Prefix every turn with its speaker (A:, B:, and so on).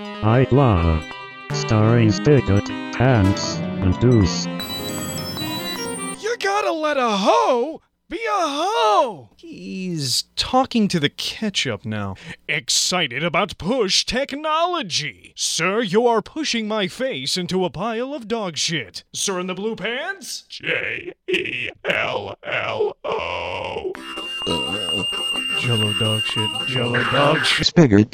A: I Love, starring Spigot, Pants, and Deuce.
B: You gotta let a hoe be a hoe! He's talking to the ketchup now. Excited about push technology! Sir, you are pushing my face into a pile of dog shit. Sir in the blue pants?
C: J E L L O.
B: Jello dog shit. Jello dog shit.
D: Spigot,